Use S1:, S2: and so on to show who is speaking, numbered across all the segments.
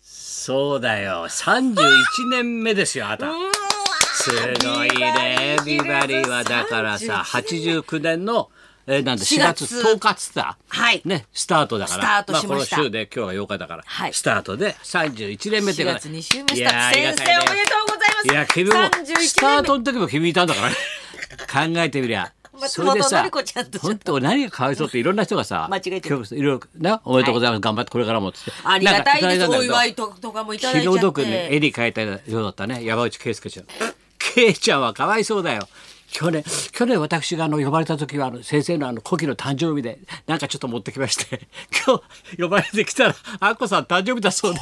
S1: そうだよ。31年目ですよ、あなた。すごいね。ビバリーはだからさ、89年の、えーなんで4
S2: 4
S1: 月
S2: 月
S1: 10日っつった、
S2: はい
S1: ね、スタートだから。
S2: スタートしました
S1: あ、この週で今日は8日だから、
S2: はい
S1: スタートで31年目って
S2: 4
S1: こと
S2: 月2週目
S1: い
S2: し
S1: やー
S2: た
S1: ありが
S2: 先
S1: た
S2: 生
S1: いね
S2: おめでとうございます
S1: いや君も
S2: 31年目
S1: スタートの時も君いたんだからね考えてみりゃ
S2: 松
S1: そ
S2: 本
S1: れでさ
S2: 紀子ちゃんと
S1: 本当何がかわいそうっていろんな人がさ
S2: 間違えてる
S1: 今日いろいろなおめでとうございます、頑張ってこれからもっつって
S2: ありがたいで
S1: な
S2: す
S1: んか
S2: お
S1: だけど
S2: 祝いととかもいただいちゃ
S1: 気の
S2: って
S1: 毒にね、絵に描いたようだったね、山内圭介ちゃん。圭ちゃんはかわいそうだよ。去年、去年私があの呼ばれた時はあの先生のあの古希の誕生日でなんかちょっと持ってきまして、今日呼ばれてきたら、あっこさん誕生日だそうで、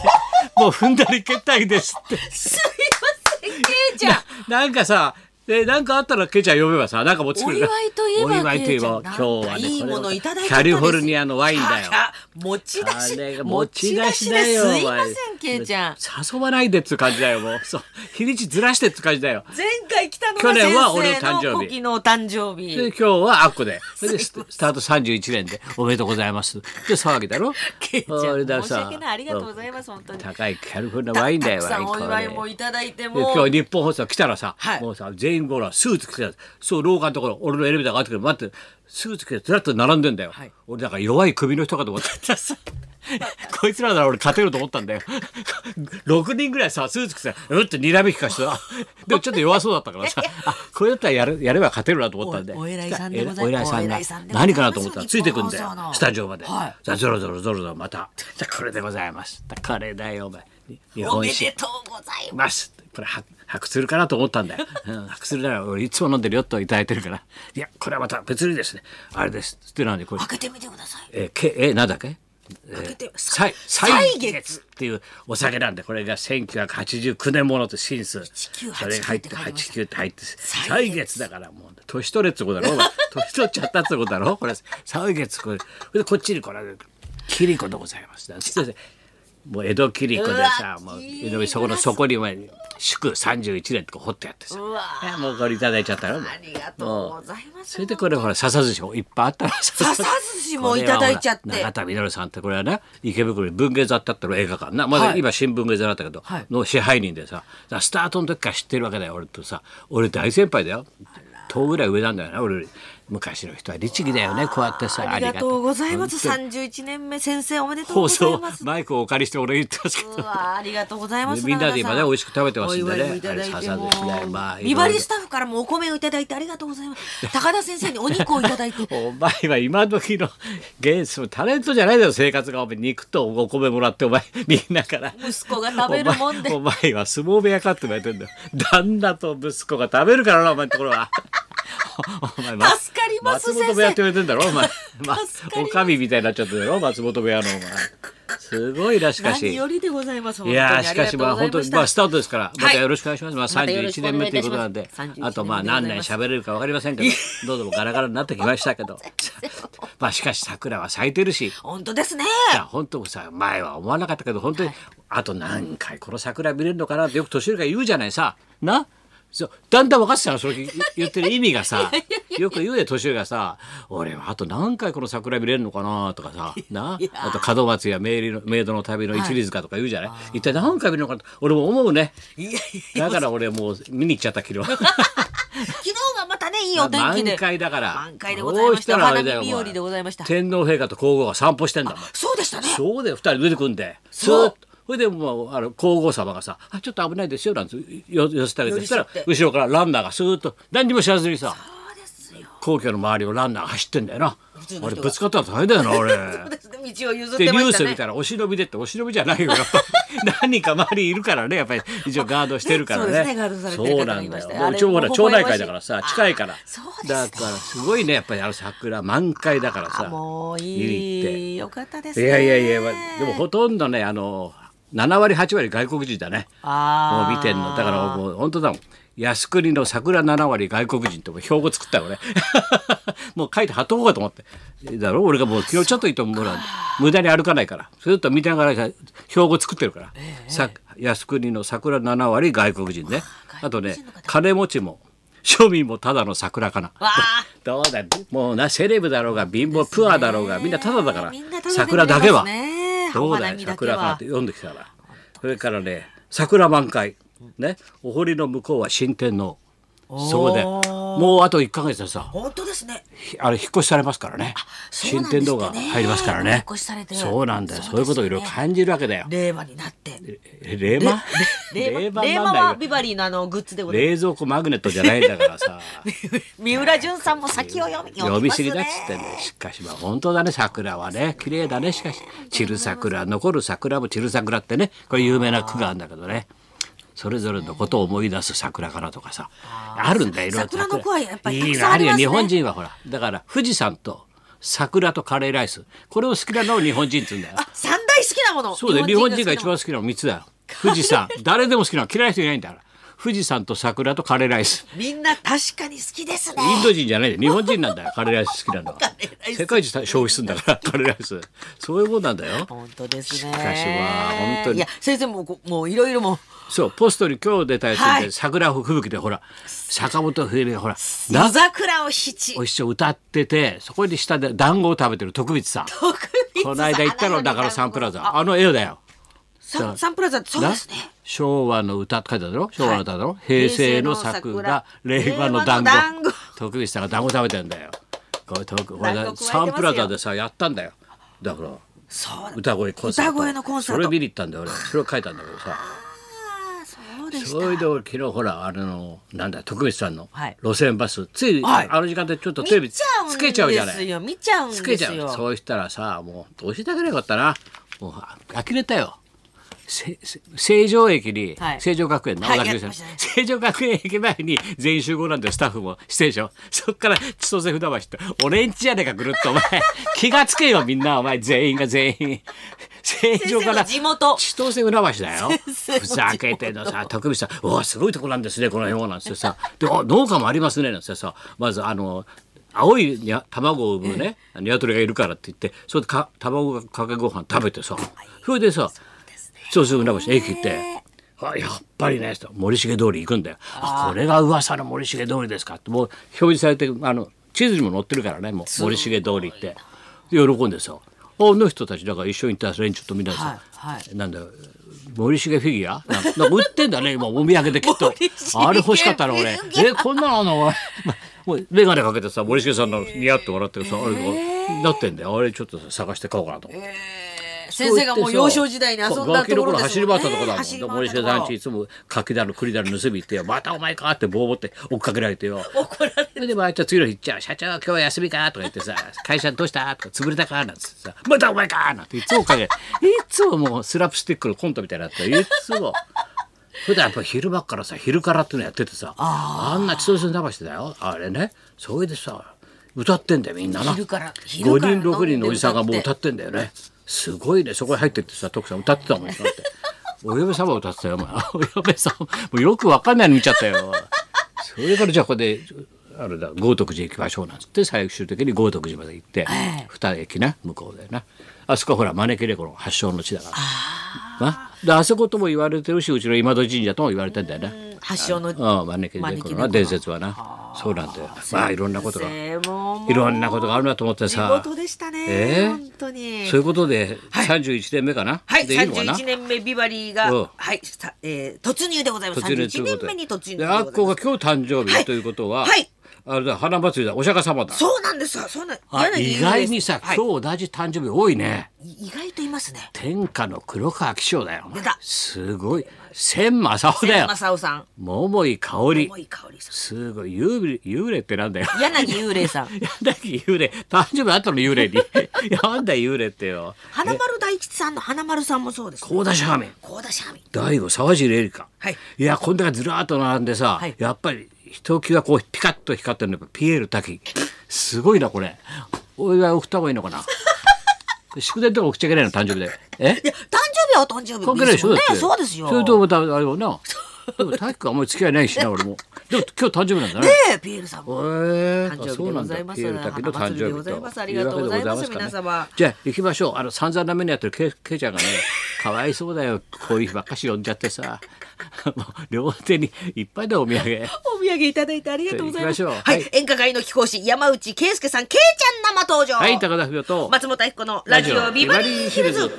S1: もう踏んだり蹴ったりですって。
S2: すいませんケイちゃん
S1: なんかさ、で、なんかあったらケイちゃん呼べばさ、なんか持ってくれる。
S2: お祝いといえば
S1: お祝いといえば
S2: ケ
S1: 今
S2: イ
S1: 日
S2: ちゃん
S1: は
S2: なん
S1: ね、
S2: かい
S1: こ
S2: い
S1: れを
S2: ものいただいたんです
S1: カリフォルニアのワインだよ。
S2: あ持ち出
S1: あれ
S2: し
S1: が持ち出しだよ。
S2: 持ち出しですいま
S1: お前
S2: せんケイちゃん
S1: 誘わないでっつう感じだよ、もう。そう。日にちずらしてっつう感じだよ。
S2: 前回来たの
S1: 去
S2: が先
S1: 年は俺の誕生日
S2: 生の古希の誕生日
S1: で、今日はアッコ で。それで、ススタート31年で、おめでとうございます。で、騒ぎだろ
S2: ケイちゃん
S1: それださ
S2: 申し訳ないありがとうございます本当に
S1: 高いカリフォルニアワインだよ、
S2: たくさんお祝い
S1: こ
S2: も
S1: れ
S2: いただいて
S1: で
S2: も
S1: 今日日本放送来たらさ、
S2: はい
S1: もうさ全員ほらスーツ着てたそう廊下のところ俺のエレベーターがあってくる待ってスーツ着てずらっと並んでんだよ、
S2: はい
S1: 俺だから弱い首の人かと思 ってさこいつらなら俺勝てると思ったんだ よ6人ぐらいさスーツ着てさうってにらめきかしてさでもちょっと弱そうだった からさあこれだったらやるやれば勝てるなと思ったんで
S2: おお偉いさんでござい
S1: お偉いさん
S2: お
S1: が
S2: 偉いさんでござ
S1: 何
S2: います
S1: かなと思ったらついてくんだよ
S2: 日本放送の
S1: スタジオまで、
S2: はい
S1: さあゾロゾロゾロゾロまたさあこれでございますこれだよお前に日
S2: お
S1: 本
S2: め
S1: 酒
S2: でとうございます
S1: ます。これ白白鶴かなと思ったんだよ。 うん、白鶴なら俺いつも飲んでるよといただいてるから。いやこれはまた別にですね。あれです。ってなんでこれ
S2: 開けてみてください
S1: えーけえーなんだっけ。
S2: 開けて
S1: 歳
S2: 歳
S1: 歳
S2: 月
S1: 月っていうお酒なんでこれが1989年ものとシンス
S2: 1989
S1: それが入って
S2: って書いてます
S1: 89って入って
S2: 歳月
S1: 歳月だからもう年取れっつうことだろお前年取っちゃったっつうことだ ろこれ歳月これでこっちにこれキリコでござい ます先生もう江戸切子でさ
S2: うわ
S1: もう
S2: いい
S1: 江戸そこの底にまで祝31年とか掘ってやってさ
S2: うわ
S1: いやもうこれいただいちゃったら
S2: ありがとうございます
S1: それでこれほら笹寿司もいっぱいあったら笹
S2: 笹寿司もいただいちゃって
S1: 永田稔さんってこれはね池袋に文芸座ってあったの映画館なまだ
S2: はい
S1: 今新聞芸座だったけど、
S2: はい
S1: の支配人でさだからスタートの時から知ってるわけだよ俺とさ俺大先輩だよ10ぐらい上なんだよな俺より昔の人は律儀だよねこうやってさ
S2: ありがとうございます。
S1: 本当に
S2: 三十一年目先生おめでとう
S1: 放
S2: ござい
S1: 送
S2: ます。
S1: マイクをお借りして俺言ってますけ
S2: う
S1: ど
S2: わありがとうございます。
S1: みんなで今ね美
S2: 長田
S1: 味しく食べてますんでね
S2: お祝いもいただい
S1: あれ
S2: て
S1: 笹
S2: も
S1: ですねまあ。
S2: ビバリースタッフからもお米をいただいてありがとうございます。高田先生にお肉をいただいて
S1: お前は今時の現そのタレントじゃないだろ生活がお前肉とお米もらってお前 みんなから
S2: 息子が食べるもんで
S1: お前お前は相撲部屋かって言われてんだよ旦那と息子が食べるからなお前のところはお前ま
S2: 助かります
S1: 松本部屋って
S2: 先
S1: 言われてんだろお前、ま
S2: 助かります
S1: おかみみたいになっちゃってるだろ松本部屋のお前すごいなしかし
S2: 何よりでございます。
S1: いやーしかしまあ本当にまあス
S2: タ
S1: タートですからまたよろしくお願いします。まあ
S2: またよろし
S1: 31
S2: く
S1: 年
S2: お願い
S1: 目ということなんで
S2: いたします
S1: あとまあ
S2: 31年
S1: 何
S2: 目
S1: 年
S2: でございます
S1: 喋れるかわかりませんけど どうでもガラガラになってきましたけどまあしかし桜は咲いてるし。
S2: 本当ですね。
S1: いや本当さ前は思わなかったけど本当に、あと何回この桜見れるのかなってよく年寄りが言うじゃないさなそうだんだん分かってたのそれ言言ってる意味が さよく言うで年寄りがさ「俺はあと何回この桜見れるのかな」とかさなあと門松やメイリのメイドの旅の一里塚とか言うじゃない、一体何回見るのかなって俺も思うね
S2: いやいや
S1: だから俺もう見に行っちゃった 昨日。
S2: 昨日がまたねいいお天気で
S1: 満開だから
S2: 満開でございました。お
S1: どうらあ
S2: 花
S1: れだ
S2: 見
S1: よ
S2: 日和でございました。
S1: 天皇陛下と皇后が散歩してんだもん
S2: そうでしたね。
S1: そうだよ、二人出てくんで。
S2: そう
S1: ずっとそれでもうあの皇后様がさ「あちょっと危ないですよ」なんてよ寄せてあげてそ
S2: 寄り
S1: し
S2: 添
S1: た
S2: っ
S1: ら
S2: て
S1: 後ろからランナーがスーッと何にも知らずにさ
S2: そうですよ。
S1: 皇居の周りをランナーが走ってんだよな
S2: 通の人
S1: 俺
S2: が
S1: ぶつかったら大変だよな俺
S2: そうですね。道を譲っ
S1: で
S2: て
S1: ニ
S2: ま
S1: ュー
S2: した
S1: ス
S2: ね
S1: 見。たらお忍びでってお忍びじゃない よやっぱ何人か周りいるからねやっぱり一応ガードしてるからね
S2: そうですねガードされてる
S1: そう
S2: 方
S1: な
S2: が
S1: ん
S2: い
S1: だ
S2: ました
S1: よ
S2: ね
S1: もう一応ほら
S2: あれ
S1: 町
S2: も微笑ましい
S1: 内会だからさ近いから
S2: あそうですね
S1: だからすごいねやっぱりあの桜満開だからさ
S2: あもう
S1: 見に行って
S2: いい。よかったです
S1: い
S2: ね。
S1: やいやいや、まあでもほとんどね、あの、7割、8割外国人だね。
S2: あ
S1: も
S2: ー
S1: う見てんの。だからもう本当だもん。靖国の桜7割外国人ってもう標語作ったよ俺。 もう書いて貼っとこうかと思って。だろ俺がもう昨日ちょっと行っても無駄無駄に歩かないから。ずっと見ながら標語作ってるから。さ靖国の桜7割外国人ね。あとね
S2: 外国人の、方
S1: 金持ちも庶民もただの桜かな。
S2: わあ。
S1: どうだもうなセレブだろうが貧乏プアだろうがみんなタダだから
S2: みんなタダで見れますね
S1: 桜だけは
S2: お花見だけは
S1: 桜かなって読んできたから。それからね桜満開ねお堀の向こうは新天皇そこで
S2: おー
S1: もうあと1か月でさ
S2: 本当ですね。
S1: ひあれ引っ越しされますからね
S2: そう
S1: 新
S2: なんで
S1: 天
S2: す
S1: 皇
S2: ってね
S1: が入りますからね
S2: お引っ越しされて
S1: そうなんだよ
S2: そ
S1: そ
S2: うですよね
S1: ういうことをいろいろ感じるわけだよ
S2: 令和になって。
S1: え令和
S2: 令和
S1: 令和
S2: 令
S1: な
S2: 和
S1: んだ
S2: は
S1: よ
S2: ビバリーのあのグッズでござい
S1: 冷蔵庫マグネットじゃないんだからさ
S2: ます。三浦淳さんも先を読み
S1: 呼び知りだっつ
S2: ます
S1: って
S2: ね
S1: ねしかしまあ本当だね桜はね綺麗だねしかし散る桜残る桜も散る桜ってねこれ有名な句があるんだけどねそれぞれのことを思い出す桜からとかさあるんだよいろいろ
S2: 桜の句はやっぱりた
S1: い
S2: く
S1: い
S2: さん
S1: の
S2: あ
S1: あ
S2: り
S1: るよ
S2: ますね
S1: 日本人はほらだから富士山と桜とカレーライスこれを好きなのを日本人って言うんだよ
S2: あ三大好きなもの。
S1: そうだよ日本人が
S2: 好
S1: 一
S2: きなもの
S1: 番好きなの3つだよ富士山誰でも好きなの嫌いな人いないんだから富士山と桜とカレーライス
S2: みんな確かに好きですね。
S1: インド人じゃないで日本人なんだよカレーライス好きなのは
S2: カレーライス
S1: 世界一消費するんだ からカレーライスそういうもんなんだよ
S2: 本当ですね。
S1: しかしまあ本当に
S2: いや先生もうこもういろいろもう
S1: そうポストに今日出たやつで、
S2: はい
S1: 桜吹雪でほら坂本冬美がほら
S2: 夜桜を七
S1: お。一緒歌っててそこに下で団子を食べてる徳光さん
S2: 徳光さん
S1: この間行ったのだからサンプラザあの絵だよ
S2: サンサンプラザそうですね
S1: な。昭和の歌って書いてあるだろ昭和の歌だろ、平成の桜
S2: 平成の桜
S1: 令和の団子
S2: 令和の団子
S1: 徳光さんが団子食べてんだよこれ徳これ
S2: 団子加えてますよ
S1: サンプラザでさやったんだよだから
S2: そうだ。
S1: 歌声コンサート
S2: 歌声のコンサート
S1: それ見に行ったんだよ俺それを書いたんだけどさ
S2: ああそうでした
S1: そ。れで俺昨日ほらあれのなんだ徳光さんの
S2: はい
S1: 路線バス、つい、
S2: はい
S1: あの時間でちょっとテレビ
S2: 見ちゃうん
S1: つけちゃうじゃない
S2: ですよ見ちゃうんです
S1: つ
S2: よ。
S1: けちゃうそうしたらさもうどうしてあげればよかったなもうあ呆れたよせせ成城駅に、
S2: はい
S1: 成城学園の
S2: はい
S1: 小田急線
S2: やってま
S1: 成城学園駅前に全員集合なんだよスタッフも出演者もそっから千歳船橋って俺んちやねえかぐるっとお前気がつけよみんなお前全員が全員成城から
S2: 先生の地元
S1: 千歳船橋だよ
S2: 生の地元
S1: ふざけてんのさ徳光さん「おおすごいとこなんですねこの辺は」なんつってさ「であ農家もありますね」なんつってさまずあの青いにゃ卵を産むね鶏がいるからって言ってそれでか卵かけご飯食べてさそれでさそうすぐ船橋駅行って。あやっぱりね森重通り行くんだよあこれが噂の森重通りですかってもう表示されてあの地図にも載ってるからねもう森重通りって喜んでさあの人たちだから一緒に行ったらそれにちょっとみんなでさ、
S2: はいは
S1: なんだ森重フィギュアなんかなんか売ってんだね今お土産できっと
S2: 森重
S1: あれ欲しかったな俺え
S2: フィギュ
S1: こんなのあんの お前もう眼鏡かけてさ森重さんの似合って笑ってるさ、あれがなってんだよあれちょっとさ探して買おうかなと思って。
S2: えー先生がもう幼少時代に遊んだところですもんね。
S1: 走り回ったところだもん。
S2: 走り回
S1: 森
S2: ったと
S1: 下
S2: ころ
S1: さんちいつも柿だの栗だの盗み行ってよ。またお前かって棒持って追っかけられてよ。
S2: 怒られ
S1: それでまあじゃあ次の日行っちゃう社長今日は休みかとか言ってさ会社どうしたとか潰れたかなんつってさまたお前かなんていつも追っかけいつももうスラップスティックのコントみたいになっていつも。普段やっぱ昼間っからさ昼からっていうのやっててさあんな千歳流してだよあれねそれでさ歌ってんだよみんなな
S2: 昼から
S1: 五
S2: 昼から
S1: 人六人のおじさんがもう
S2: 飲んで
S1: 歌ってんだよねすごいねそこに入ってってさ徳さん歌ってたもんだってお嫁様歌ってたよお前 お嫁さんもうよくわかんないの見ちゃったよそれからじゃあここであれだ豪徳寺行きましょうなんつって最終的に豪徳寺まで行って二駅な向こうだよなあそこはほら招き猫の発祥の地だからなであそことも言われてるしうちの今戸神社とも言われてんだよね
S2: 発祥の
S1: うん招き猫のな伝説はなそうなんだよまあいろんなことが
S2: 先生ももう
S1: いろんなことがあるなと思ってさ
S2: 見事でしたね、
S1: えー
S2: 本当に
S1: そういうことで31年目かな、
S2: はい
S1: でいいのかな
S2: 31年目ビバリーが、
S1: うん
S2: はいさえー、突入でございます
S1: 途中でとい
S2: 31
S1: うこ
S2: 年
S1: と
S2: 目に突
S1: で
S2: 入で
S1: で
S2: ござ
S1: あ
S2: い
S1: っ
S2: ます
S1: こが今日誕生
S2: はい
S1: 日ということは、
S2: はい
S1: あれだ花祭りだお釈迦様だ
S2: そうなんですよそうなん
S1: あ
S2: 嫌な理由で
S1: 意
S2: す
S1: 外にさ、
S2: はい
S1: 今日同じ誕生日多いね
S2: い意外といますね
S1: 天下の黒川紀章だよ
S2: 出た
S1: すごい千正夫だよ
S2: 正雄さん
S1: 桃井香織
S2: 桃井香織さ
S1: すごい幽霊幽霊ってなんだよ
S2: ん柳幽霊さん
S1: 柳幽霊誕生日後の幽霊に なんだ幽霊ってよ
S2: 花丸大吉さんの花丸さんもそうです
S1: 高田シャーメン
S2: 高田シャミ
S1: 大悟沢尻エリカ、
S2: はい、
S1: やこんだけずらーっと並んでさ、
S2: はい
S1: やっぱりひときわこうピカッと光ってるのがピエール滝すごいなこれお祝い送った方がいいのか な祝電とか送っちゃいけないの誕生日でえ
S2: いや誕生日はお誕生日
S1: 関係ないでしょだ
S2: ね
S1: って
S2: そうですよ
S1: それとまたあれもなでも体育はあんまり付き合い ないしな俺もでも今日誕生日なんだね
S2: ええピエールさんも
S1: えー
S2: 誕生日
S1: あそうなんだ
S2: でございます
S1: ピエール滝の誕生日
S2: 花祭りでございますありがとうございま
S1: う
S2: す
S1: わけでござい
S2: 皆様
S1: ますからねじゃあ行きましょうあの散々な目にやってるケイケイちゃんが ねかわいそうだよこういう日ばっかし呼んじゃってさもう両手にいっぱいだお土産
S2: お土産いただいてありがとうございます。
S1: じゃあ行きましょう
S2: はい、
S1: はい
S2: 演歌会の貴公子山内圭介さん、けいちゃん生登場。
S1: はい高田文夫と
S2: 松本明子のラジオビバリーヒルズ。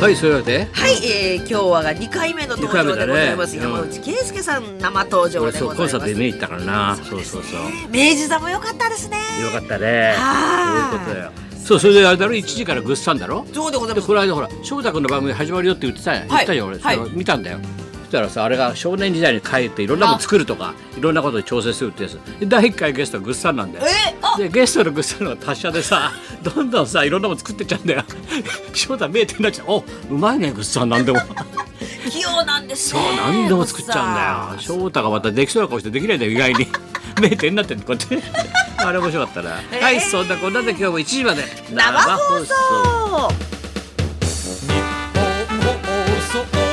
S1: はいそういうわけで
S2: はい、えー、今日はが2回目の登場でございます、
S1: 二回目だ
S2: 山
S1: ねうん
S2: 内圭介さん生登場
S1: 俺
S2: で
S1: そ
S2: ございま
S1: う
S2: す
S1: コンサートで見に行ったからなそうそうそう
S2: 明治座も良かったですね
S1: よかったね
S2: は
S1: そういう
S2: い
S1: ことよそうそれであれだろ1時からぐっさんだろ
S2: そうでござい
S1: で
S2: ます
S1: この間ほら翔太君の番組始まるよって言ってたやん、言ってたよ俺、
S2: はい
S1: それ見たんだよそしたらさあれが少年時代に帰っていろんなもの作るとかいろんなことに調整するってやつで第1回ゲストはぐっさんなんだよ
S2: えあ
S1: でゲストのぐっさんの達者でさどんどんさいろんなもの作ってっちゃうんだよ 翔太見えてんなっちゃうおうまいねぐっさんなんでも
S2: 器用なんです
S1: そ
S2: ね
S1: う何でも作っちゃうんだよ翔太がまたできそうな顔してできないんだよ意外に 見えてんなってんのこうやってあれ面白かったな、
S2: えー
S1: はいそんなこんなで今日も1時まで
S2: 生放送
S3: 放送